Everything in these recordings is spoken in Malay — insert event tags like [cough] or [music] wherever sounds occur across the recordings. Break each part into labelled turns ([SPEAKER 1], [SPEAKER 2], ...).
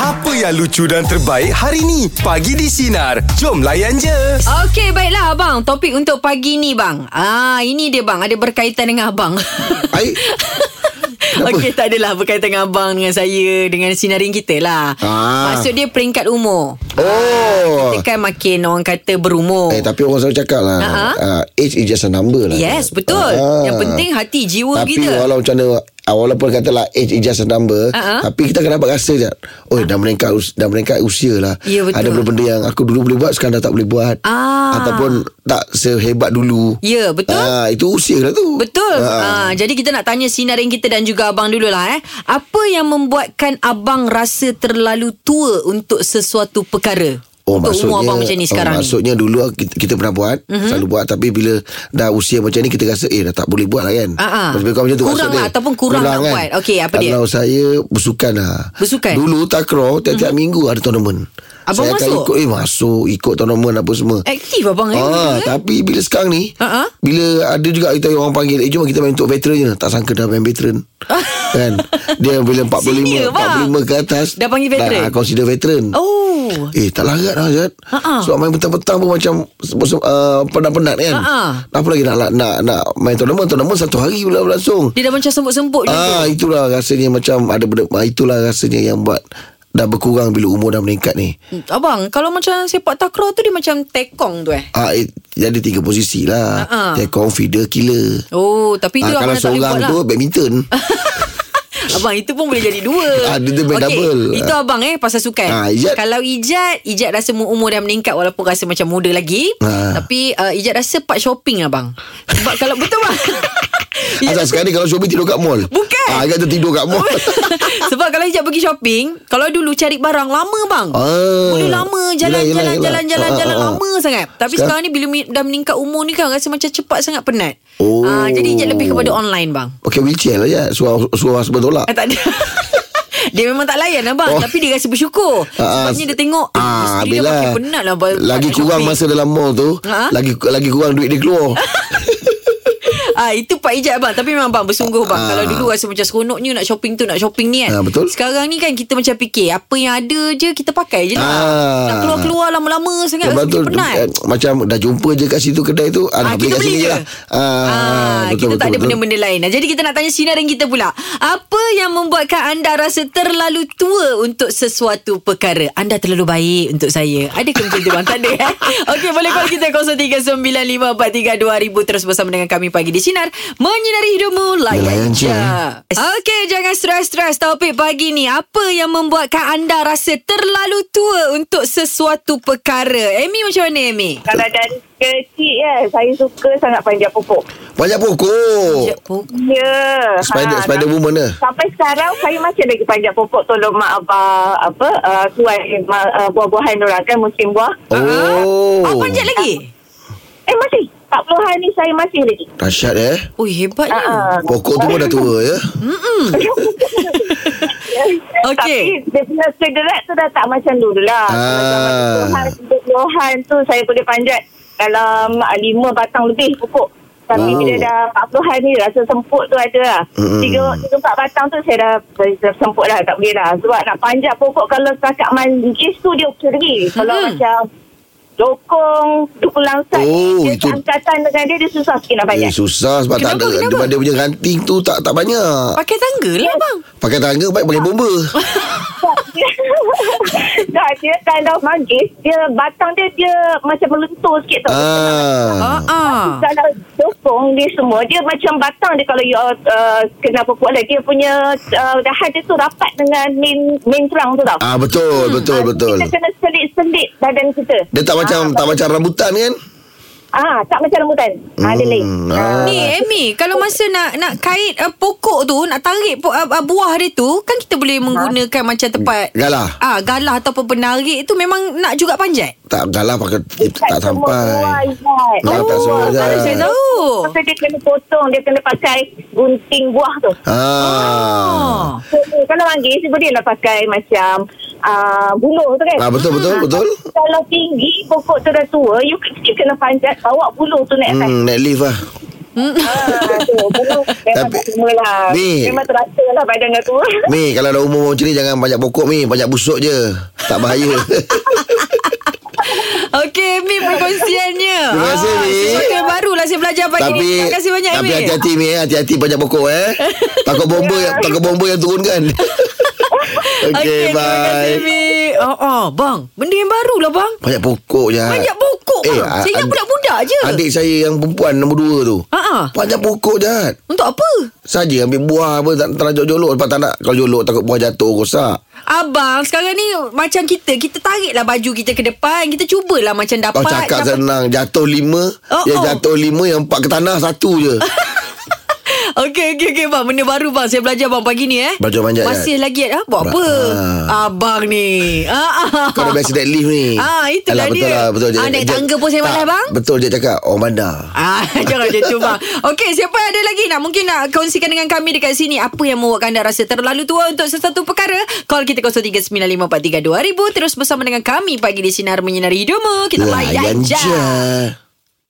[SPEAKER 1] Apa yang lucu dan terbaik hari ni? Pagi di Sinar. Jom layan je.
[SPEAKER 2] Okey, baiklah abang. Topik untuk pagi ni bang. Ah, ini dia bang, ada berkaitan dengan abang.
[SPEAKER 3] Baik.
[SPEAKER 2] Okey, tak adalah berkaitan dengan abang dengan saya dengan sinarin kita lah.
[SPEAKER 3] Ah.
[SPEAKER 2] Maksud dia peringkat umur.
[SPEAKER 3] Oh.
[SPEAKER 2] Kita kan makin orang kata berumur.
[SPEAKER 3] Eh tapi orang selalu cakap lah
[SPEAKER 2] Ha-ha.
[SPEAKER 3] uh, Age is just a number lah
[SPEAKER 2] Yes, betul.
[SPEAKER 3] Ah.
[SPEAKER 2] Yang penting hati jiwa
[SPEAKER 3] Tapi
[SPEAKER 2] kita.
[SPEAKER 3] walau macam mana ah, Walaupun katalah Age is just a number
[SPEAKER 2] Ha-ha.
[SPEAKER 3] Tapi kita akan dapat rasa je Oh dah meningkat us- Dah meningkat usia lah
[SPEAKER 2] Ya, betul.
[SPEAKER 3] Ada benda-benda yang Aku dulu boleh buat Sekarang dah tak boleh buat
[SPEAKER 2] Ah.
[SPEAKER 3] Ataupun Tak sehebat dulu
[SPEAKER 2] Ya, betul.
[SPEAKER 3] Ah, Itu usia lah tu
[SPEAKER 2] Betul. Ha.
[SPEAKER 3] Ah.
[SPEAKER 2] jadi kita nak tanya sinarin kita dan juga abang dululah eh. Apa yang membuatkan abang rasa terlalu tua untuk sesuatu perkara?
[SPEAKER 3] Oh
[SPEAKER 2] untuk
[SPEAKER 3] maksudnya
[SPEAKER 2] umur abang macam ni sekarang
[SPEAKER 3] oh,
[SPEAKER 2] ni. Mhm.
[SPEAKER 3] Maksudnya dulu kita, kita pernah buat mm-hmm. Selalu buat Tapi bila dah usia macam ni Kita rasa eh dah tak boleh buat lah kan
[SPEAKER 2] Ah, ah.
[SPEAKER 3] Lebih kurang macam tu
[SPEAKER 2] Kurang
[SPEAKER 3] maksud dia.
[SPEAKER 2] lah ataupun kurang nak buat. Okey, apa dia?
[SPEAKER 3] Kalau saya bersukan lah
[SPEAKER 2] Bersukan? Mhm.
[SPEAKER 3] Dulu takraw Tiap-tiap mm-hmm. minggu ada tournament
[SPEAKER 2] Abang
[SPEAKER 3] saya
[SPEAKER 2] masuk?
[SPEAKER 3] Akan ikut, eh masuk Ikut tournament apa semua
[SPEAKER 2] Aktif abang eh.
[SPEAKER 3] Ah,
[SPEAKER 2] betul, eh?
[SPEAKER 3] tapi bila sekarang ni
[SPEAKER 2] Ah, ah.
[SPEAKER 3] Bila ada juga kita orang panggil Eh jom kita main untuk veteran je Tak sangka dah main
[SPEAKER 2] [laughs]
[SPEAKER 3] veteran Kan Dia bila 45
[SPEAKER 2] Senior, bang.
[SPEAKER 3] 45 ke atas
[SPEAKER 2] Dah panggil veteran?
[SPEAKER 3] Dah consider veteran
[SPEAKER 2] Oh.
[SPEAKER 3] Eh tak larat lah Zat
[SPEAKER 2] Ha-ha.
[SPEAKER 3] Sebab main petang-petang pun macam uh, Penat-penat kan
[SPEAKER 2] Ha-ha.
[SPEAKER 3] Apa lagi nak, nak, nak, nak main tournament Tournament satu hari pula berlangsung
[SPEAKER 2] Dia dah macam semput-semput dulu.
[SPEAKER 3] Ah Itulah rasanya macam ada benda, ah, Itulah rasanya yang buat Dah berkurang bila umur dah meningkat ni
[SPEAKER 2] Abang, kalau macam sepak takraw tu dia macam tekong tu eh.
[SPEAKER 3] Ah, eh, jadi tiga posisi lah
[SPEAKER 2] Ha-ha.
[SPEAKER 3] Tekong, feeder, killer
[SPEAKER 2] Oh, tapi itu
[SPEAKER 3] Ah,
[SPEAKER 2] abang dah tak
[SPEAKER 3] Kalau
[SPEAKER 2] boleh
[SPEAKER 3] seorang
[SPEAKER 2] buat lah. [laughs]
[SPEAKER 3] tu badminton
[SPEAKER 2] Abang itu pun boleh jadi dua
[SPEAKER 3] [laughs] Ah, dia- dia main
[SPEAKER 2] Okey,
[SPEAKER 3] double.
[SPEAKER 2] Itu abang eh Pasal sukan
[SPEAKER 3] Ah, Ijat.
[SPEAKER 2] Kalau Ijat Ijat rasa mu- umur dah meningkat Walaupun rasa macam muda lagi
[SPEAKER 3] Ah.
[SPEAKER 2] Tapi uh, Ijat rasa part shopping abang Sebab kalau [laughs] betul
[SPEAKER 3] [laughs]
[SPEAKER 2] bang Ijat
[SPEAKER 3] Asal sekarang ni kalau Shobi tidur kat mall
[SPEAKER 2] Ya. Bukan.
[SPEAKER 3] ah, Agak tertidur kat
[SPEAKER 2] [laughs]
[SPEAKER 3] mall
[SPEAKER 2] Sebab kalau Ijat pergi shopping Kalau dulu cari barang Lama bang
[SPEAKER 3] Ah.
[SPEAKER 2] Mula lama Jalan
[SPEAKER 3] Yelah, yelah,
[SPEAKER 2] jalan jalan jalan
[SPEAKER 3] yelah. Ah, ah,
[SPEAKER 2] jalan
[SPEAKER 3] ah.
[SPEAKER 2] Lama sangat Tapi sekarang, ni Bila
[SPEAKER 3] Sekarang-
[SPEAKER 2] mi- dah meningkat umur ni kan Rasa macam cepat sangat penat
[SPEAKER 3] Oh.
[SPEAKER 2] Ah, Jadi Ijat lebih kepada online bang
[SPEAKER 3] Pakai wheelchair lah ya Suara, suara husband tolak
[SPEAKER 2] Ah, tak ada. [laughs] Dia memang tak layan abang oh.
[SPEAKER 3] Oh.
[SPEAKER 2] Tapi dia rasa bersyukur
[SPEAKER 3] Ah,
[SPEAKER 2] Sebabnya dia tengok eh,
[SPEAKER 3] ah,
[SPEAKER 2] Isteri dia
[SPEAKER 3] Bella.
[SPEAKER 2] makin penat lah abang-
[SPEAKER 3] Lagi
[SPEAKER 2] nak
[SPEAKER 3] kurang
[SPEAKER 2] shopping.
[SPEAKER 3] masa dalam mall tu
[SPEAKER 2] Ah.
[SPEAKER 3] Lagi lagi kurang duit dia
[SPEAKER 2] [laughs]
[SPEAKER 3] keluar
[SPEAKER 2] ah, Itu Pak Ijat abang Tapi memang abang bersungguh abang
[SPEAKER 3] Ah.
[SPEAKER 2] Kalau dulu rasa macam seronoknya Nak shopping tu nak shopping ni kan
[SPEAKER 3] Ah, betul.
[SPEAKER 2] Sekarang ni kan kita macam fikir Apa yang ada je kita pakai je lah
[SPEAKER 3] Ah.
[SPEAKER 2] Nak keluar-keluar lama-lama sangat Rasa
[SPEAKER 3] Lepas tu
[SPEAKER 2] macam penat
[SPEAKER 3] eh, Macam dah jumpa je kat situ kedai tu
[SPEAKER 2] Ah,
[SPEAKER 3] ah, nak
[SPEAKER 2] kita
[SPEAKER 3] kat
[SPEAKER 2] beli
[SPEAKER 3] sini
[SPEAKER 2] je.
[SPEAKER 3] lah
[SPEAKER 2] Ah, kita
[SPEAKER 3] betul, betul,
[SPEAKER 2] tak ada
[SPEAKER 3] betul.
[SPEAKER 2] benda-benda lain. Jadi kita nak tanya sinaran kita pula. Apa yang membuatkan anda rasa terlalu tua untuk sesuatu perkara? Anda terlalu baik untuk saya. Ada ke macam tu bang? Tak ada
[SPEAKER 3] [laughs]
[SPEAKER 2] eh? Okey, boleh call kita 0395432000 terus bersama dengan kami pagi di Sinar. Menyinari hidupmu. Layan
[SPEAKER 3] Layan
[SPEAKER 2] je.
[SPEAKER 3] je.
[SPEAKER 2] Okey, jangan stres-stres topik pagi ni. Apa yang membuatkan anda rasa terlalu tua untuk sesuatu perkara? Amy macam mana Amy?
[SPEAKER 3] Oh.
[SPEAKER 4] Kalau dari kecil kan Saya suka sangat panjat pokok
[SPEAKER 3] Panjat pokok
[SPEAKER 2] Ya, Ah, pokok.
[SPEAKER 4] Ya yeah.
[SPEAKER 3] Spider, spider woman lah
[SPEAKER 4] Sampai sekarang Saya masih lagi panjat pokok Tolong mak abah Apa uh, Tuai uh, Buah-buahan orang kan Musim buah
[SPEAKER 2] Ah,
[SPEAKER 3] Oh
[SPEAKER 2] Oh, panjat lagi?
[SPEAKER 4] Eh masih 40 hari ni Saya masih lagi
[SPEAKER 3] Dahsyat eh
[SPEAKER 2] Oh, hebatnya.
[SPEAKER 4] Ah, ah.
[SPEAKER 3] Pokok tu pun dah tua ya
[SPEAKER 2] Hmm. Okey.
[SPEAKER 4] Tapi dia punya kederat tu dah tak macam dulu lah. Kalau
[SPEAKER 3] Ah.
[SPEAKER 4] zaman Tuhan, tu saya boleh panjat dalam ah, lima batang lebih pokok. Tapi
[SPEAKER 3] Wow.
[SPEAKER 4] bila dah 40 hari ni rasa semput tu ada lah.
[SPEAKER 3] Mm-mm.
[SPEAKER 4] Tiga, tiga empat batang tu saya dah, saya dah semput dah. Tak boleh dah. Sebab nak panjat pokok kalau setakat manjis tu dia okey lagi. Kalau
[SPEAKER 2] Mm-mm.
[SPEAKER 4] macam dokong, dukung langsat.
[SPEAKER 3] Oh,
[SPEAKER 4] dia
[SPEAKER 3] itu-
[SPEAKER 4] angkatan dengan dia, dia susah sikit nak
[SPEAKER 3] Eh,
[SPEAKER 4] panjat.
[SPEAKER 3] susah sebab
[SPEAKER 2] Kenapa,
[SPEAKER 3] tak ada
[SPEAKER 2] kenapa?
[SPEAKER 3] sebab dia punya ranting tu tak tak banyak.
[SPEAKER 2] Pakai tangga lah bang
[SPEAKER 3] Pakai tangga baik pakai
[SPEAKER 2] [laughs]
[SPEAKER 3] bomba.
[SPEAKER 4] [laughs] tak, dia kalau manggis, dia batang dia dia macam melentur sikit tau.
[SPEAKER 3] ah.
[SPEAKER 2] Ah, ah.
[SPEAKER 4] Kalau sokong dia semua, dia macam batang dia kalau you uh, kena pokok lah. Dia punya uh, dahan dia tu rapat dengan main, main terang tu tau.
[SPEAKER 3] Ah betul betul betul.
[SPEAKER 4] Kita kena selit-selit badan kita.
[SPEAKER 3] Dia tak macam tak macam rambutan kan?
[SPEAKER 4] Ah, tak macam rambutan. Hmm. Ada lain.
[SPEAKER 3] Hmm,
[SPEAKER 4] Ah.
[SPEAKER 2] Ni Amy Kalau masa nak nak kait uh, pokok tu Nak tarik po, uh, uh, buah dia tu Kan kita
[SPEAKER 3] Ah.
[SPEAKER 2] boleh menggunakan macam tempat
[SPEAKER 3] Galah.
[SPEAKER 2] Ah, galah ataupun penarik tu Memang nak juga panjat
[SPEAKER 3] Tak galah pakai eh, tak sampai.
[SPEAKER 4] Buah,
[SPEAKER 3] Galah tak semua
[SPEAKER 2] Oh,
[SPEAKER 3] Zat.
[SPEAKER 2] baru saya tahu
[SPEAKER 4] Masa dia kena potong, dia kena pakai gunting buah tu.
[SPEAKER 3] Ha. Ah.
[SPEAKER 2] ah.
[SPEAKER 4] So, kalau manggis boleh lah pakai macam uh, buluh tu kan.
[SPEAKER 3] Ah betul betul betul.
[SPEAKER 4] Kalau tinggi pokok tu dah tua, you still kena panjat bawa buluh tu naik atas.
[SPEAKER 3] Hmm, naik lift lah.
[SPEAKER 4] Ah, tu. Memang, memang
[SPEAKER 3] Tapi-
[SPEAKER 4] tak semua lah.
[SPEAKER 3] Babe.
[SPEAKER 4] Memang terasa lah badan aku.
[SPEAKER 3] Mi kalau dah umur macam ni Jangan banyak pokok Mi Banyak busuk je Tak bahaya
[SPEAKER 2] Okey, Mi perkongsiannya. Ah,
[SPEAKER 3] Ah. Terima kasih, Mi.
[SPEAKER 2] Sesuatu yang baru lah saya belajar pagi ni.
[SPEAKER 3] [laughs] Tapi
[SPEAKER 2] Terima kasih [laughs] banyak, Mi.
[SPEAKER 3] Tapi hati-hati Mi eh. Hati-hati banyak pokok
[SPEAKER 2] [laughs]
[SPEAKER 3] eh Takut bomba yang, Takut bomba yang turunkan [laughs] Okay,
[SPEAKER 2] Ya. Okey,
[SPEAKER 3] okay
[SPEAKER 2] Terima kasih,
[SPEAKER 3] bye
[SPEAKER 2] Mi. Oh, oh, bang. Benda yang baru lah, bang.
[SPEAKER 3] Banyak pokok je
[SPEAKER 2] Banyak pokok, bang. Saya ingat
[SPEAKER 3] ad-
[SPEAKER 2] budak-budak je.
[SPEAKER 3] Ah. Eh,
[SPEAKER 2] Ha.
[SPEAKER 3] Adik saya yang perempuan Nombor dua tu
[SPEAKER 2] Ha-ha.
[SPEAKER 3] Banyak pokok je
[SPEAKER 2] Untuk apa?
[SPEAKER 3] Saja ambil buah apa Tak, tak nak jolok Lepas tak nak Kalau jolok takut buah jatuh rosak
[SPEAKER 2] Abang, sekarang ni macam kita, kita tariklah baju kita ke depan. Kita cubalah macam dapat.
[SPEAKER 3] Kau Oh, cakap
[SPEAKER 2] dapat.
[SPEAKER 3] senang Jatuh lima
[SPEAKER 2] Oh,
[SPEAKER 3] oh, Yang
[SPEAKER 2] oh.
[SPEAKER 3] jatuh lima Yang empat ke tanah Satu
[SPEAKER 2] [laughs]
[SPEAKER 3] je
[SPEAKER 2] [laughs] Okey, okey, okey, bang. Benda baru, bang. Saya belajar, bang, pagi ni, eh.
[SPEAKER 3] Belajar manjat,
[SPEAKER 2] Masih
[SPEAKER 3] Jad.
[SPEAKER 2] lagi, eh. Buat apa?
[SPEAKER 3] Ah.
[SPEAKER 2] Abang ni. Ah, ah.
[SPEAKER 3] Kau dah biasa deadlift ni
[SPEAKER 2] Ah, itulah
[SPEAKER 3] Alah, Betul
[SPEAKER 2] dia.
[SPEAKER 3] lah betul
[SPEAKER 2] Ah, naik tangga pun saya
[SPEAKER 3] tak,
[SPEAKER 2] malas, bang.
[SPEAKER 3] Betul dia cakap Orang bandar
[SPEAKER 2] [laughs] Ah, jangan macam tu bang. Okey, siapa ada lagi nak mungkin nak kongsikan dengan kami dekat sini apa yang membuatkan anda rasa terlalu tua untuk sesuatu perkara? Call kita 0395432000 terus bersama dengan kami pagi di sinar menyinari hidupmu.
[SPEAKER 3] Ya,
[SPEAKER 2] Kita
[SPEAKER 3] Lah,
[SPEAKER 2] layan je.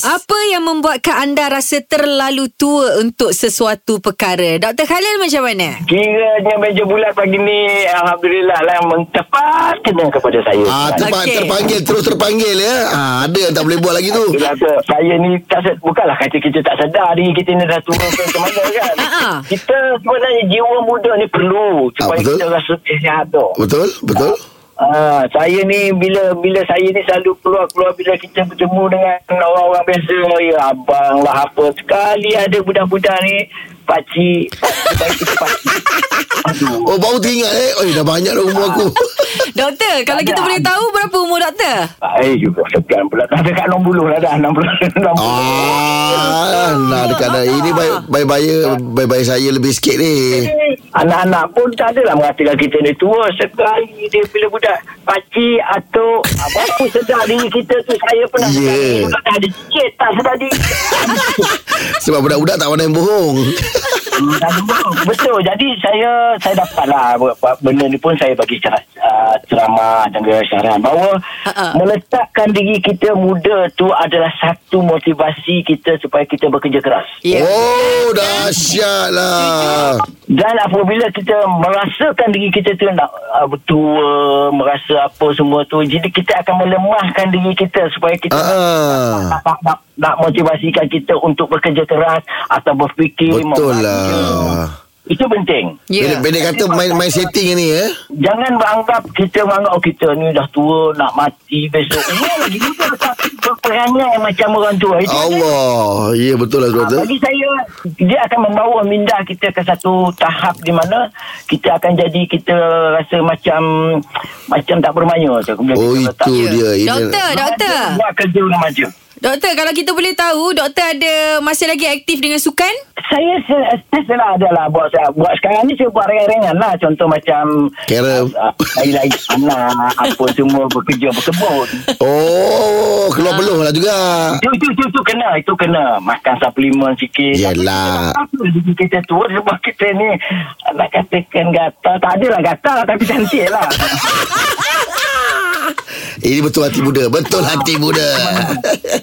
[SPEAKER 2] Apa yang membuatkan anda rasa terlalu tua untuk sesuatu perkara? Dr. Khalil macam mana?
[SPEAKER 5] Kiranya meja bulat pagi ni Alhamdulillah lah Memang tepat kena kepada saya
[SPEAKER 3] Ah,
[SPEAKER 5] Sebab-
[SPEAKER 3] terpa-
[SPEAKER 2] Okey.
[SPEAKER 3] terpanggil terus terpanggil ya. Ah, ada yang tak boleh buat lagi tu.
[SPEAKER 5] Yelah tu, saya ni tak se- bukanlah kata kita tak sedar diri kita ni dah tua ke macam mana kan.
[SPEAKER 2] Ha-ha.
[SPEAKER 5] kita sebenarnya jiwa muda ni perlu supaya
[SPEAKER 3] Ah, betul.
[SPEAKER 5] kita rasa eh, sihat tu.
[SPEAKER 3] Betul? Betul?
[SPEAKER 5] Ah, saya ni bila bila saya ni selalu keluar-keluar bila kita bertemu dengan orang-orang biasa ya abang lah apa sekali ada budak-budak ni pakcik Sebab kita pakcik Aduh.
[SPEAKER 3] Oh, baru teringat eh. Oi, dah banyak dah umur
[SPEAKER 2] [laughs]
[SPEAKER 3] aku.
[SPEAKER 2] Doktor, kalau kita boleh tahu berapa umur doktor?
[SPEAKER 5] [laughs] Eh juga sekian pula Dah dekat 60 lah dah 60 60
[SPEAKER 3] Ah, nah dekat dah. Ini baik baik bahaya baik bahaya saya lebih sikit ni.
[SPEAKER 5] Anak-anak pun tak adalah mengatakan kita ni tua Sekali dia bila budak Pakcik, atuk Apa sedar diri kita tu Saya pernah
[SPEAKER 3] Ya.
[SPEAKER 5] sedar diri budak dah ada cicit Tak sedar diri
[SPEAKER 3] Sebab budak-budak tak pandai bohong.
[SPEAKER 5] Hmm, tak ada bau. Betul Jadi saya Saya dapatlah apa- Benda ni pun saya bagi cara, uh, ceramah dan juga syaran Bahawa
[SPEAKER 2] Ha-ha.
[SPEAKER 5] Meletakkan diri kita muda tu Adalah satu motivasi kita Supaya kita bekerja keras
[SPEAKER 2] Ya.
[SPEAKER 3] Oh, lah. dahsyatlah.
[SPEAKER 5] Dan apabila kita merasakan diri kita tu nak uh, tua, merasa apa semua tu, jadi kita akan melemahkan diri kita supaya kita
[SPEAKER 3] Ah, ah.
[SPEAKER 5] nak, nak, nak, nak motivasikan kita untuk bekerja keras atau berfikir.
[SPEAKER 3] Betul
[SPEAKER 5] membaca.
[SPEAKER 3] lah.
[SPEAKER 5] Itu penting.
[SPEAKER 2] Ya.
[SPEAKER 3] Pendek pendek kata main main setting ni eh.
[SPEAKER 5] Jangan beranggap kita menganggap oh, kita ni dah tua, nak mati besok. Ya, lagi kita tetap berperangai macam orang tua. Itu
[SPEAKER 3] Allah. Ya betul lah
[SPEAKER 5] Ah,
[SPEAKER 3] doktor.
[SPEAKER 5] Bagi saya dia akan membawa minda kita ke satu tahap di mana kita akan jadi kita rasa macam macam tak bermaya tu. Bila
[SPEAKER 3] Oh,
[SPEAKER 5] kita letak-
[SPEAKER 3] itu dia.
[SPEAKER 2] Ya.
[SPEAKER 3] Ini-
[SPEAKER 2] Doktor, doktor.
[SPEAKER 5] Buat kerja remaja.
[SPEAKER 2] Doktor, kalau kita boleh tahu doktor ada masih lagi aktif dengan sukan?
[SPEAKER 5] Saya se- saya selalu ada lah buat, saya- buat sekarang ni saya buat ringan-ringan lah contoh macam
[SPEAKER 3] Karen.
[SPEAKER 5] ah,
[SPEAKER 3] [laughs]
[SPEAKER 5] lain-lain anak apa semua bekerja berkebun
[SPEAKER 3] Oh,
[SPEAKER 2] Ah.
[SPEAKER 3] keluar peluh lah juga.
[SPEAKER 5] itu, itu, itu, itu kena itu kena makan suplemen sikit
[SPEAKER 3] Yelah.
[SPEAKER 5] Apa diri kita tua sebab kita ni nak katakan gatal. Tak adalah gatal tapi cantik lah.
[SPEAKER 3] [laughs] Ini betul hati muda. Betul hati muda.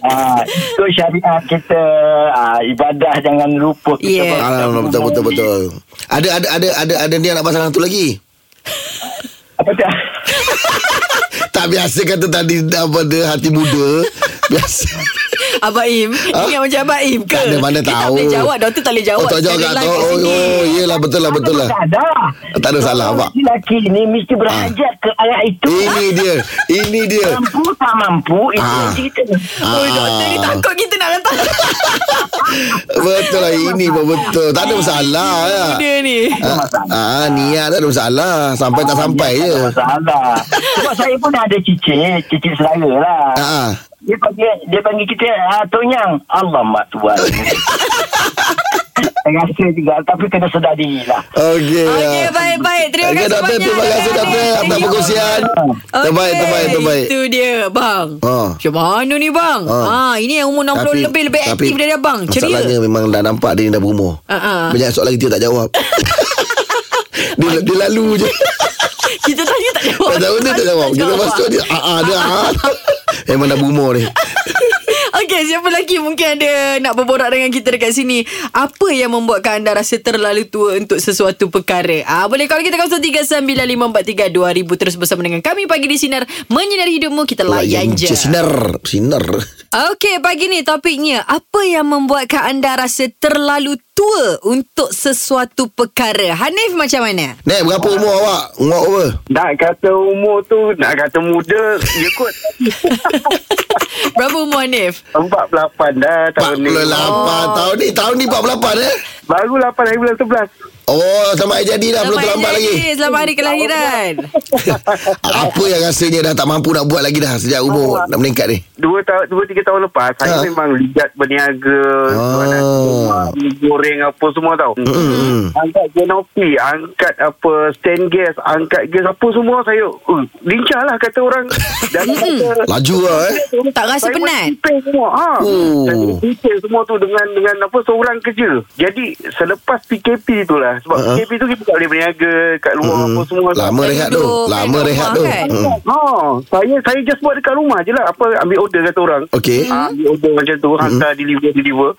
[SPEAKER 5] ha, so syariat kita ha, ibadah jangan lupa
[SPEAKER 2] Yeah.
[SPEAKER 5] kita.
[SPEAKER 3] Alah, betul betul betul. Ada ada ada ada ada dia nak pasang satu lagi.
[SPEAKER 5] Apa tak?
[SPEAKER 3] Tak biasa kata tadi apa dia hati muda. Biasa.
[SPEAKER 2] Abang Im ha? Ingat macam Abang Im ke
[SPEAKER 3] Tak ada mana
[SPEAKER 2] Dia tak
[SPEAKER 3] tahu.
[SPEAKER 2] boleh jawab Doktor tak boleh jawab
[SPEAKER 3] Oh, tak jawab
[SPEAKER 2] Sekali
[SPEAKER 3] kat
[SPEAKER 2] live
[SPEAKER 3] tu.
[SPEAKER 2] kat
[SPEAKER 3] Oh,
[SPEAKER 2] sini.
[SPEAKER 3] oh, yelah betul lah betul lah.
[SPEAKER 5] Tak ada.
[SPEAKER 3] Tak ada salah, Abang.
[SPEAKER 5] Lelaki ni mesti berhajat ke arah itu.
[SPEAKER 3] Ini dia. Ini dia.
[SPEAKER 5] Mampu tak mampu itu
[SPEAKER 3] Ah.
[SPEAKER 5] ah. kita.
[SPEAKER 2] [laughs] Oh, doktor ni takut kita nak
[SPEAKER 3] [laughs]
[SPEAKER 2] letak
[SPEAKER 3] Betul lah ini pun betul. Tak ada masalah ya.
[SPEAKER 2] Benda ni
[SPEAKER 3] Ah, ah, niat tak ada masalah Sampai tak sampai
[SPEAKER 5] Ya,
[SPEAKER 3] ya. je
[SPEAKER 5] Salah. Sebab saya pun ada cicit, cicit selera lah.
[SPEAKER 3] ah, ah.
[SPEAKER 5] Dia panggil, dia panggil kita ah, Tonyang. Allah mak
[SPEAKER 6] [laughs]
[SPEAKER 5] tuan. Saya rasa juga tapi kena sedar diri lah.
[SPEAKER 3] Okey
[SPEAKER 2] Okey
[SPEAKER 3] ah.
[SPEAKER 2] baik-baik Terima
[SPEAKER 3] Okey,
[SPEAKER 2] kasih
[SPEAKER 3] doktor,
[SPEAKER 2] banyak
[SPEAKER 3] Terima kasih doktor Atas
[SPEAKER 2] Thank you.
[SPEAKER 3] perkongsian Terbaik
[SPEAKER 2] Okey,
[SPEAKER 3] terbaik terbaik
[SPEAKER 2] Itu dia bang
[SPEAKER 3] Ha.
[SPEAKER 2] Macam mana ni bang
[SPEAKER 3] Ha.
[SPEAKER 2] ha. Ini yang umur 60 lebih Lebih aktif dari abang Ceria [laughs]
[SPEAKER 3] Masalahnya memang dah nampak Dia ni dah berumur
[SPEAKER 2] Ah, ah.
[SPEAKER 3] Banyak soalan kita tak
[SPEAKER 2] [laughs]
[SPEAKER 3] jawab dia, dia lalu je
[SPEAKER 2] Kita tanya tak jawab [laughs]
[SPEAKER 3] Tak tahu dia tak jawab Kita masuk dia ah, ah, Dia ah. Memang dah berumur ni
[SPEAKER 2] Okey Okey, siapa lagi mungkin ada nak berborak dengan kita dekat sini. Apa yang membuatkan anda rasa terlalu tua untuk sesuatu perkara? Ah, boleh call kita 0395432000 terus bersama dengan kami pagi di Sinar. Menyinari hidupmu, kita layan je.
[SPEAKER 3] Sinar Sinar
[SPEAKER 2] Okey, pagi ni topiknya apa yang membuatkan anda rasa terlalu tua untuk sesuatu perkara? Hanif macam mana?
[SPEAKER 3] Nek berapa umur awak Umur apa
[SPEAKER 6] Nak kata umur tu Nak kata muda Ya kot
[SPEAKER 2] [laughs] Berapa umur Hanif?
[SPEAKER 6] 48 dah tahun ni
[SPEAKER 3] 48
[SPEAKER 2] Oh.
[SPEAKER 3] tahun ni Tahun ni 48 eh
[SPEAKER 6] Baru 8 hari bulan 11
[SPEAKER 3] Oh sama hari jadi dah Belum terlambat
[SPEAKER 2] hari
[SPEAKER 3] lagi
[SPEAKER 2] jadi, Selamat hari kelahiran.
[SPEAKER 3] Apa yang rasanya dah tak mampu nak buat lagi dah Sejak umur
[SPEAKER 2] lah.
[SPEAKER 3] nak meningkat ni
[SPEAKER 6] dua tahun dua tiga tahun lepas ha. saya
[SPEAKER 3] Ha.
[SPEAKER 6] memang lihat berniaga
[SPEAKER 3] Ah.
[SPEAKER 6] jual nasi lemak, mi goreng apa semua tau
[SPEAKER 3] hmm.
[SPEAKER 6] angkat kanopi angkat apa stand gas angkat gas apa semua saya uh, lincah lah kata
[SPEAKER 3] [laughs]
[SPEAKER 6] orang dan kata
[SPEAKER 3] Laju lah eh
[SPEAKER 2] Tak Hmm. rasa
[SPEAKER 6] saya
[SPEAKER 2] penat.
[SPEAKER 6] masih prepare semua ha.
[SPEAKER 3] Oh.
[SPEAKER 6] Saya masih prepare semua tu dengan dengan apa seorang kerja. Jadi selepas PKP tu lah sebab
[SPEAKER 3] Ha.
[SPEAKER 6] uh-huh. PKP tu kita tak boleh berniaga kat luar
[SPEAKER 3] Mm-mm.
[SPEAKER 6] apa semua.
[SPEAKER 3] Hmm. Lama
[SPEAKER 2] Dah
[SPEAKER 3] rehat
[SPEAKER 2] lah,
[SPEAKER 3] tu
[SPEAKER 2] duduk kat
[SPEAKER 3] Lama
[SPEAKER 2] rumah
[SPEAKER 3] rehat tu
[SPEAKER 2] kan?
[SPEAKER 3] Mm.
[SPEAKER 6] Ha, saya saya just buat dekat rumah je lah apa ambil order kata orang.
[SPEAKER 3] Okey
[SPEAKER 2] Mm.
[SPEAKER 6] Ah, ambil order macam tu
[SPEAKER 3] Mm-hmm.
[SPEAKER 6] hantar deliver deliver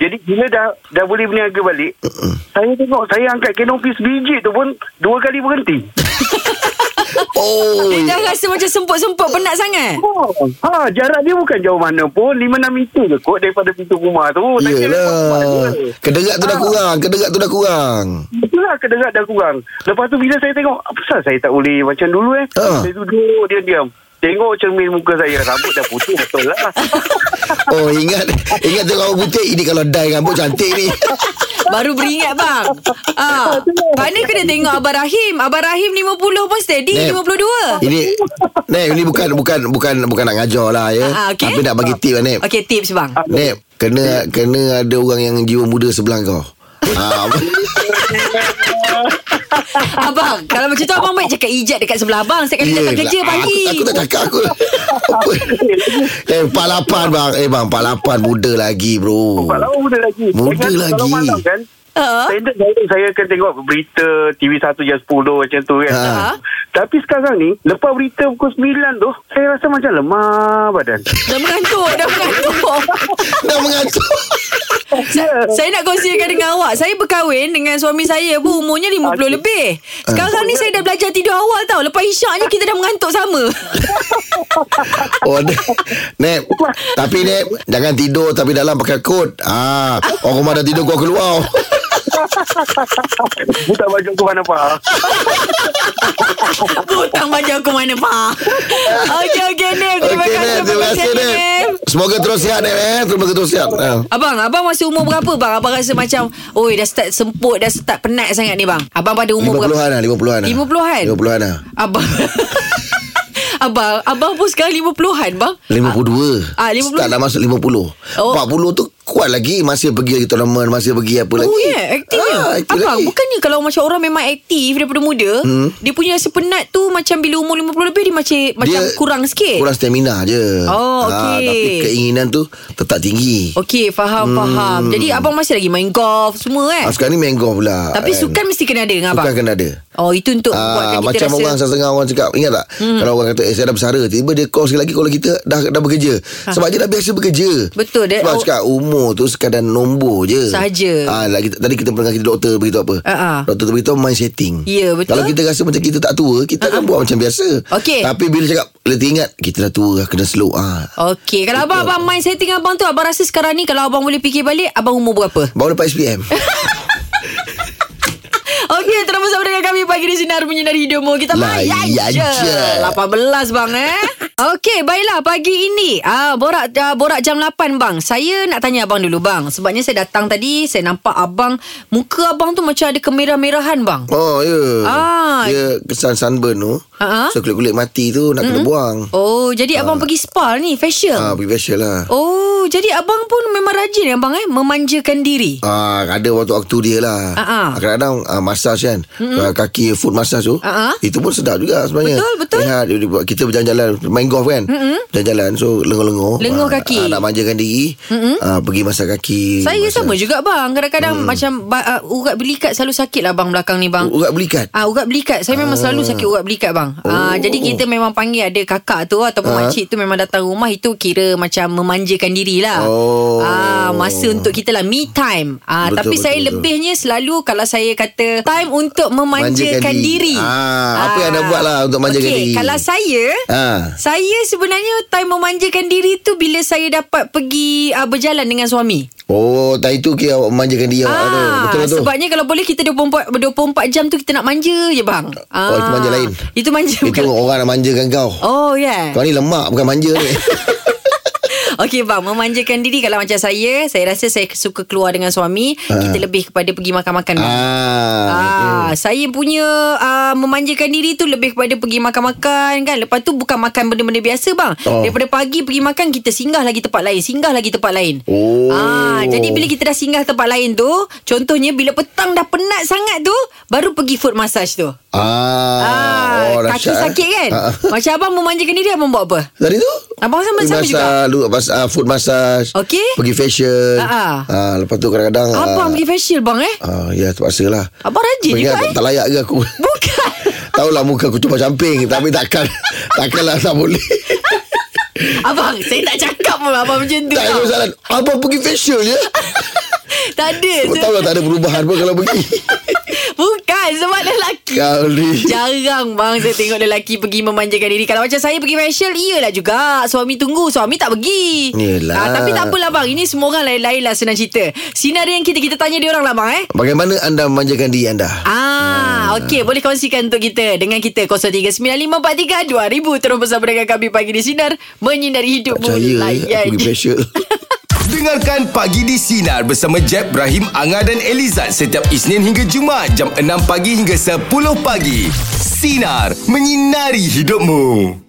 [SPEAKER 6] jadi bila dah dah boleh berniaga balik
[SPEAKER 3] Mm-hmm.
[SPEAKER 6] saya tengok saya angkat kanopi sebiji tu pun dua kali berhenti
[SPEAKER 3] Oh
[SPEAKER 2] Dia dah rasa macam semput-semput penat sangat.
[SPEAKER 6] oh. ha jarak dia bukan jauh mana pun 5 6 meter je kot daripada pintu rumah tu Saya kira lepas rumah
[SPEAKER 3] Yelah
[SPEAKER 6] je.
[SPEAKER 3] Kedengat tu dah kurang Kedengat tu dah kurang
[SPEAKER 6] Itulah kedengar dah kurang Lepas tu bila saya tengok Apa pasal saya tak boleh Macam dulu eh
[SPEAKER 3] Ha.
[SPEAKER 6] Saya duduk Dia diam Tengok cermin muka saya Rambut dah putih Betul lah
[SPEAKER 3] Oh ingat Ingat tengok orang putih Ini kalau dye rambut cantik ni
[SPEAKER 2] [laughs] Baru beringat bang. Ah. Pak ni kena tengok Abang Rahim. Abang Rahim 50 pun steady
[SPEAKER 3] Nep.
[SPEAKER 2] 52.
[SPEAKER 3] Ini Nep ini bukan Bukan bukan bukan nak ngajar lah ya
[SPEAKER 2] Ah, okey.
[SPEAKER 3] Tapi nak bagi tip lah Nep
[SPEAKER 2] Okey tips bang.
[SPEAKER 3] Nep Kena kena ada orang yang jiwa muda sebelah kau
[SPEAKER 2] [laughs]
[SPEAKER 3] ha,
[SPEAKER 2] Abang, kalau macam tu abang baik cakap ijat dekat sebelah abang. Setiap
[SPEAKER 3] [laughs]
[SPEAKER 2] kali datang kerja pagi.
[SPEAKER 3] Ah, Aku, aku tak cakap aku Apa
[SPEAKER 2] [laughs]
[SPEAKER 3] Eh 48 bang Eh bang 48 muda lagi bro
[SPEAKER 6] Pak Lau muda lagi
[SPEAKER 3] Muda
[SPEAKER 6] Ingat Kalau
[SPEAKER 3] lagi.
[SPEAKER 6] malam kan
[SPEAKER 2] Ah.
[SPEAKER 6] Standard saya, saya akan tengok berita TV1 jam 10 macam tu kan.
[SPEAKER 3] Ha.
[SPEAKER 2] Ha.
[SPEAKER 6] Tapi sekarang ni, lepas berita pukul 9 tu, saya rasa macam lemah badan.
[SPEAKER 2] Dah mengantuk, dah mengantuk.
[SPEAKER 3] Dah mengantuk
[SPEAKER 2] saya nak kongsikan dengan awak. Saya berkahwin dengan suami saya pun umurnya 50
[SPEAKER 6] Okey.
[SPEAKER 2] lebih.
[SPEAKER 3] Eh.
[SPEAKER 2] Sekarang ni saya dah belajar tidur awal tau. Lepas isyak je kita dah mengantuk
[SPEAKER 3] [laughs]
[SPEAKER 2] sama.
[SPEAKER 3] [laughs] Oh, Nep. Nep. Tapi Nep, jangan tidur tapi dalam pakai kot. Ah, orang rumah dah tidur kau keluar.
[SPEAKER 6] Buta baju aku mana pak.
[SPEAKER 2] Butang baju aku mana pak. Okey, okey Nif. [laughs] Terima
[SPEAKER 3] Okey,
[SPEAKER 2] kasih.
[SPEAKER 3] Nep. Terima kasih, Nep.
[SPEAKER 2] Nif.
[SPEAKER 3] Semoga terus sihat, Nep. Eh? Semoga terus sihat. Ah.
[SPEAKER 2] Abang, abang masa umur berapa bang? Abang rasa macam, oi dah start semput, dah start penat sangat ni bang. Abang pada umur berapa?
[SPEAKER 3] 50-an lah, 50-an lah.
[SPEAKER 2] 50-an?
[SPEAKER 3] 50-an lah.
[SPEAKER 2] Abang. [laughs] abang, abang pun sekarang 50-an bang.
[SPEAKER 3] 52
[SPEAKER 2] Ah, 50.
[SPEAKER 3] Start dah masuk 50 oh.
[SPEAKER 2] Oh.
[SPEAKER 3] 40 tu kuat lagi Masih pergi lagi tournament Masih pergi apa lagi
[SPEAKER 2] Oh yeah, aktifnya.
[SPEAKER 3] ah, aktif
[SPEAKER 2] Abang,
[SPEAKER 3] lagi.
[SPEAKER 2] bukannya kalau macam orang memang aktif daripada muda, hmm. dia punya rasa penat tu macam bila umur 50 lebih dia macam dia macam kurang sikit.
[SPEAKER 3] Kurang stamina je
[SPEAKER 2] Oh,
[SPEAKER 3] Ah,
[SPEAKER 2] okey.
[SPEAKER 3] Tapi keinginan tu Tetap tinggi
[SPEAKER 2] Okey, faham, hmm. faham. Jadi abang masih lagi main golf semua kan?
[SPEAKER 3] ah, Sekarang ni main golf pula
[SPEAKER 2] Tapi
[SPEAKER 3] kan.
[SPEAKER 2] sukan mesti kena ada dengan abang.
[SPEAKER 3] Sukan kena ada
[SPEAKER 2] Oh, itu untuk
[SPEAKER 3] Ah,
[SPEAKER 2] buatkan kita
[SPEAKER 3] macam
[SPEAKER 2] rasa
[SPEAKER 3] orang setengah orang cakap Ingat tak hmm. Kalau orang kata Eh saya dah bersara Tiba dia call sekali lagi Kalau kita dah dah bekerja Sebab dia dah biasa bekerja
[SPEAKER 2] Ha. Betul, dia-
[SPEAKER 3] Sebab
[SPEAKER 2] oh.
[SPEAKER 3] cakap umur tu Sekadar nombor je
[SPEAKER 2] Sahaja.
[SPEAKER 3] ah, lagi, Tadi kita pernah kita doktor Beritahu apa
[SPEAKER 2] Ah, ah.
[SPEAKER 3] Doktor tu beritahu Mind setting
[SPEAKER 2] Ya, betul. Ha,
[SPEAKER 3] Kalau kita rasa macam kita tak tua Kita akan buat macam biasa
[SPEAKER 2] Okey.
[SPEAKER 3] Tapi bila cakap Bila teringat Kita dah tua dah Kena slow ah.
[SPEAKER 2] Okey, kalau abang abang mind setting abang tu abang rasa sekarang ni kalau abang boleh fikir balik abang umur berapa?
[SPEAKER 3] Baru dapat
[SPEAKER 2] [laughs]
[SPEAKER 3] SPM
[SPEAKER 2] Okey, terus bersama dengan kami pagi di Sinar Menyinari Hidupmu. Kita
[SPEAKER 3] Layan
[SPEAKER 2] layan je.
[SPEAKER 3] je.
[SPEAKER 2] 18 bang eh. Okey, baiklah pagi ini. Ah, borak ah, borak jam 8 bang. Saya nak tanya abang dulu bang. Sebabnya saya datang tadi, saya nampak abang muka abang tu macam ada kemerah-merahan bang.
[SPEAKER 3] Oh ya
[SPEAKER 2] Ah.
[SPEAKER 3] Dia kesan sunburn tu
[SPEAKER 2] Ah, ah.
[SPEAKER 3] So kulit-kulit mati tu Nak kena buang
[SPEAKER 2] Oh, jadi abang pergi spa ni, facial.
[SPEAKER 3] Ah, Pergi facial lah
[SPEAKER 2] Oh, jadi abang pun memang rajin abang eh memanjakan diri.
[SPEAKER 3] Ah, ada waktu-waktu dia lah.
[SPEAKER 2] Ah, ah.
[SPEAKER 3] Ah, Kadang-kadang ah, massage kan. Mm-hmm. Kaki foot massage tu.
[SPEAKER 2] Ah, ah.
[SPEAKER 3] Itu pun sedap juga sebenarnya.
[SPEAKER 2] Betul, betul.
[SPEAKER 3] Rehat, dia- dia buat- kita berjalan-jalan main main golf kan mm-hmm. Jalan-jalan So lengur-lengur
[SPEAKER 2] Lengur
[SPEAKER 3] Ah,
[SPEAKER 2] kaki.
[SPEAKER 3] ah, Nak manjakan diri mm-hmm. Pergi masak kaki
[SPEAKER 2] Saya
[SPEAKER 3] masak.
[SPEAKER 2] sama juga bang Kadang-kadang hmm. macam ba- uh, Urat belikat selalu sakit lah bang Belakang ni bang
[SPEAKER 3] Urat belikat
[SPEAKER 2] Ah urat belikat Saya memang selalu sakit urat belikat bang ah,
[SPEAKER 3] Oh.
[SPEAKER 2] Jadi kita memang panggil ada kakak tu Ataupun
[SPEAKER 3] Ah.
[SPEAKER 2] makcik tu memang datang rumah Itu kira macam memanjakan diri lah
[SPEAKER 3] Oh.
[SPEAKER 2] ah, Masa untuk kita lah Me time ah,
[SPEAKER 3] Betul,
[SPEAKER 2] Tapi
[SPEAKER 3] betul,
[SPEAKER 2] saya
[SPEAKER 3] betul.
[SPEAKER 2] lebihnya selalu Kalau saya kata Time untuk memanjakan
[SPEAKER 3] Manjakan
[SPEAKER 2] diri,
[SPEAKER 3] diri. Ah, apa yang anda buat lah untuk manjakan
[SPEAKER 2] Okey,
[SPEAKER 3] diri?
[SPEAKER 2] Kalau saya
[SPEAKER 3] Ah.
[SPEAKER 2] Saya sebenarnya Time memanjakan diri tu Bila saya dapat pergi ah, Berjalan dengan suami
[SPEAKER 3] Oh tak itu kira awak manjakan diri awak tu Betul lah tu
[SPEAKER 2] Ah, Sebabnya kalau boleh kita 24, 24 jam tu kita nak manja je bang. Ah,
[SPEAKER 3] Oh, itu manja lain.
[SPEAKER 2] Itu manja
[SPEAKER 3] Itu
[SPEAKER 2] bukan.
[SPEAKER 3] orang nak manjakan kau
[SPEAKER 2] Oh yeah.
[SPEAKER 3] [laughs] Kau ni lemak bukan manja
[SPEAKER 2] [laughs]
[SPEAKER 3] ni
[SPEAKER 2] Okey bang, memanjakan diri kalau macam saya, saya rasa saya suka keluar dengan suami, kita lebih kepada pergi makan-makan bang.
[SPEAKER 3] Ah,
[SPEAKER 2] Ah, saya punya uh, memanjakan diri tu lebih kepada pergi makan-makan kan. Lepas tu bukan makan benda-benda biasa bang.
[SPEAKER 3] Oh.
[SPEAKER 2] Daripada pagi pergi makan kita singgah lagi tempat lain, singgah lagi tempat lain.
[SPEAKER 3] Oh.
[SPEAKER 2] Ah, jadi bila kita dah singgah tempat lain tu, contohnya bila petang dah penat sangat tu, baru pergi food massage tu.
[SPEAKER 3] ah.
[SPEAKER 2] Ah,
[SPEAKER 3] oh,
[SPEAKER 2] kaki
[SPEAKER 3] dahsyat, eh.
[SPEAKER 2] sakit kan?
[SPEAKER 3] Ah, ah.
[SPEAKER 2] Macam abang memanjakan diri abang buat apa?
[SPEAKER 3] Tadi tu
[SPEAKER 2] Abang sama-
[SPEAKER 3] Pergi
[SPEAKER 2] sama
[SPEAKER 3] massage,
[SPEAKER 2] juga?
[SPEAKER 3] lu- mas, ah, Food massage
[SPEAKER 2] Okey.
[SPEAKER 3] Pergi facial
[SPEAKER 2] Ah, ah.
[SPEAKER 3] Ah, Lepas tu kadang-kadang
[SPEAKER 2] Abang pergi facial bang eh?
[SPEAKER 3] ah, Ya terpaksa lah
[SPEAKER 2] Abang rajin
[SPEAKER 3] Pergi
[SPEAKER 2] juga,
[SPEAKER 3] tak-
[SPEAKER 2] eh?
[SPEAKER 3] Tak layak ke aku [laughs]
[SPEAKER 2] Bukan. [laughs]
[SPEAKER 3] Tahulah muka aku cuma camping Tapi takkan Takkanlah tak boleh
[SPEAKER 2] Abang, saya tak cakap pun abang macam tu.
[SPEAKER 3] Tak ada
[SPEAKER 2] tau.
[SPEAKER 3] masalah Abang pergi facial
[SPEAKER 2] [laughs]
[SPEAKER 3] je
[SPEAKER 2] tak ada.
[SPEAKER 3] Kau tahu lah tak ada perubahan pun Kalau pergi
[SPEAKER 2] [laughs]
[SPEAKER 3] Ya,
[SPEAKER 2] Bukan sebab lelaki.
[SPEAKER 3] Kau ni
[SPEAKER 2] Jarang bang saya tengok lelaki pergi memanjakan diri. Kalau macam saya pergi facial, iyalah juga. Suami tunggu, suami tak pergi.
[SPEAKER 3] Yelah.
[SPEAKER 2] Ah, tapi tak apalah bang, ini semua orang lain-lain lah senang cerita. Sinar yang kita, kita tanya dia orang lah bang eh.
[SPEAKER 3] Bagaimana anda memanjakan diri anda Hmm.
[SPEAKER 2] Ah, okey boleh kongsikan untuk kita dengan kita 0395432000 terus bersama dengan kami pagi di sinar menyinari
[SPEAKER 3] Tak
[SPEAKER 2] hidupmu
[SPEAKER 3] percaya eh,
[SPEAKER 2] layan.
[SPEAKER 3] Aku pergi facial
[SPEAKER 1] Dengarkan Pagi di Sinar bersama Jeb, Ibrahim, Anga dan Elizad setiap Isnin hingga Jumaat jam 6 pagi hingga 10 pagi. Sinar, menyinari hidupmu.